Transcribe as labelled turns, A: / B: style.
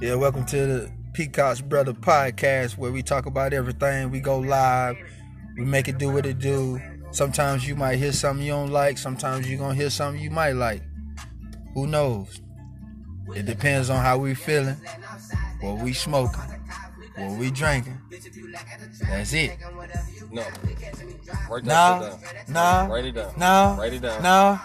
A: Yeah, welcome to the Peacock's Brother podcast where we talk about everything. We go live, we make it do what it do. Sometimes you might hear something you don't like, sometimes you're going to hear something you might like. Who knows? It depends on how we feeling, what we smoking, what we drinking. That's it.
B: No. Write that
A: Nah,
B: shit down.
A: nah,
B: Write it down.
A: nah,
B: Write it down.
A: nah,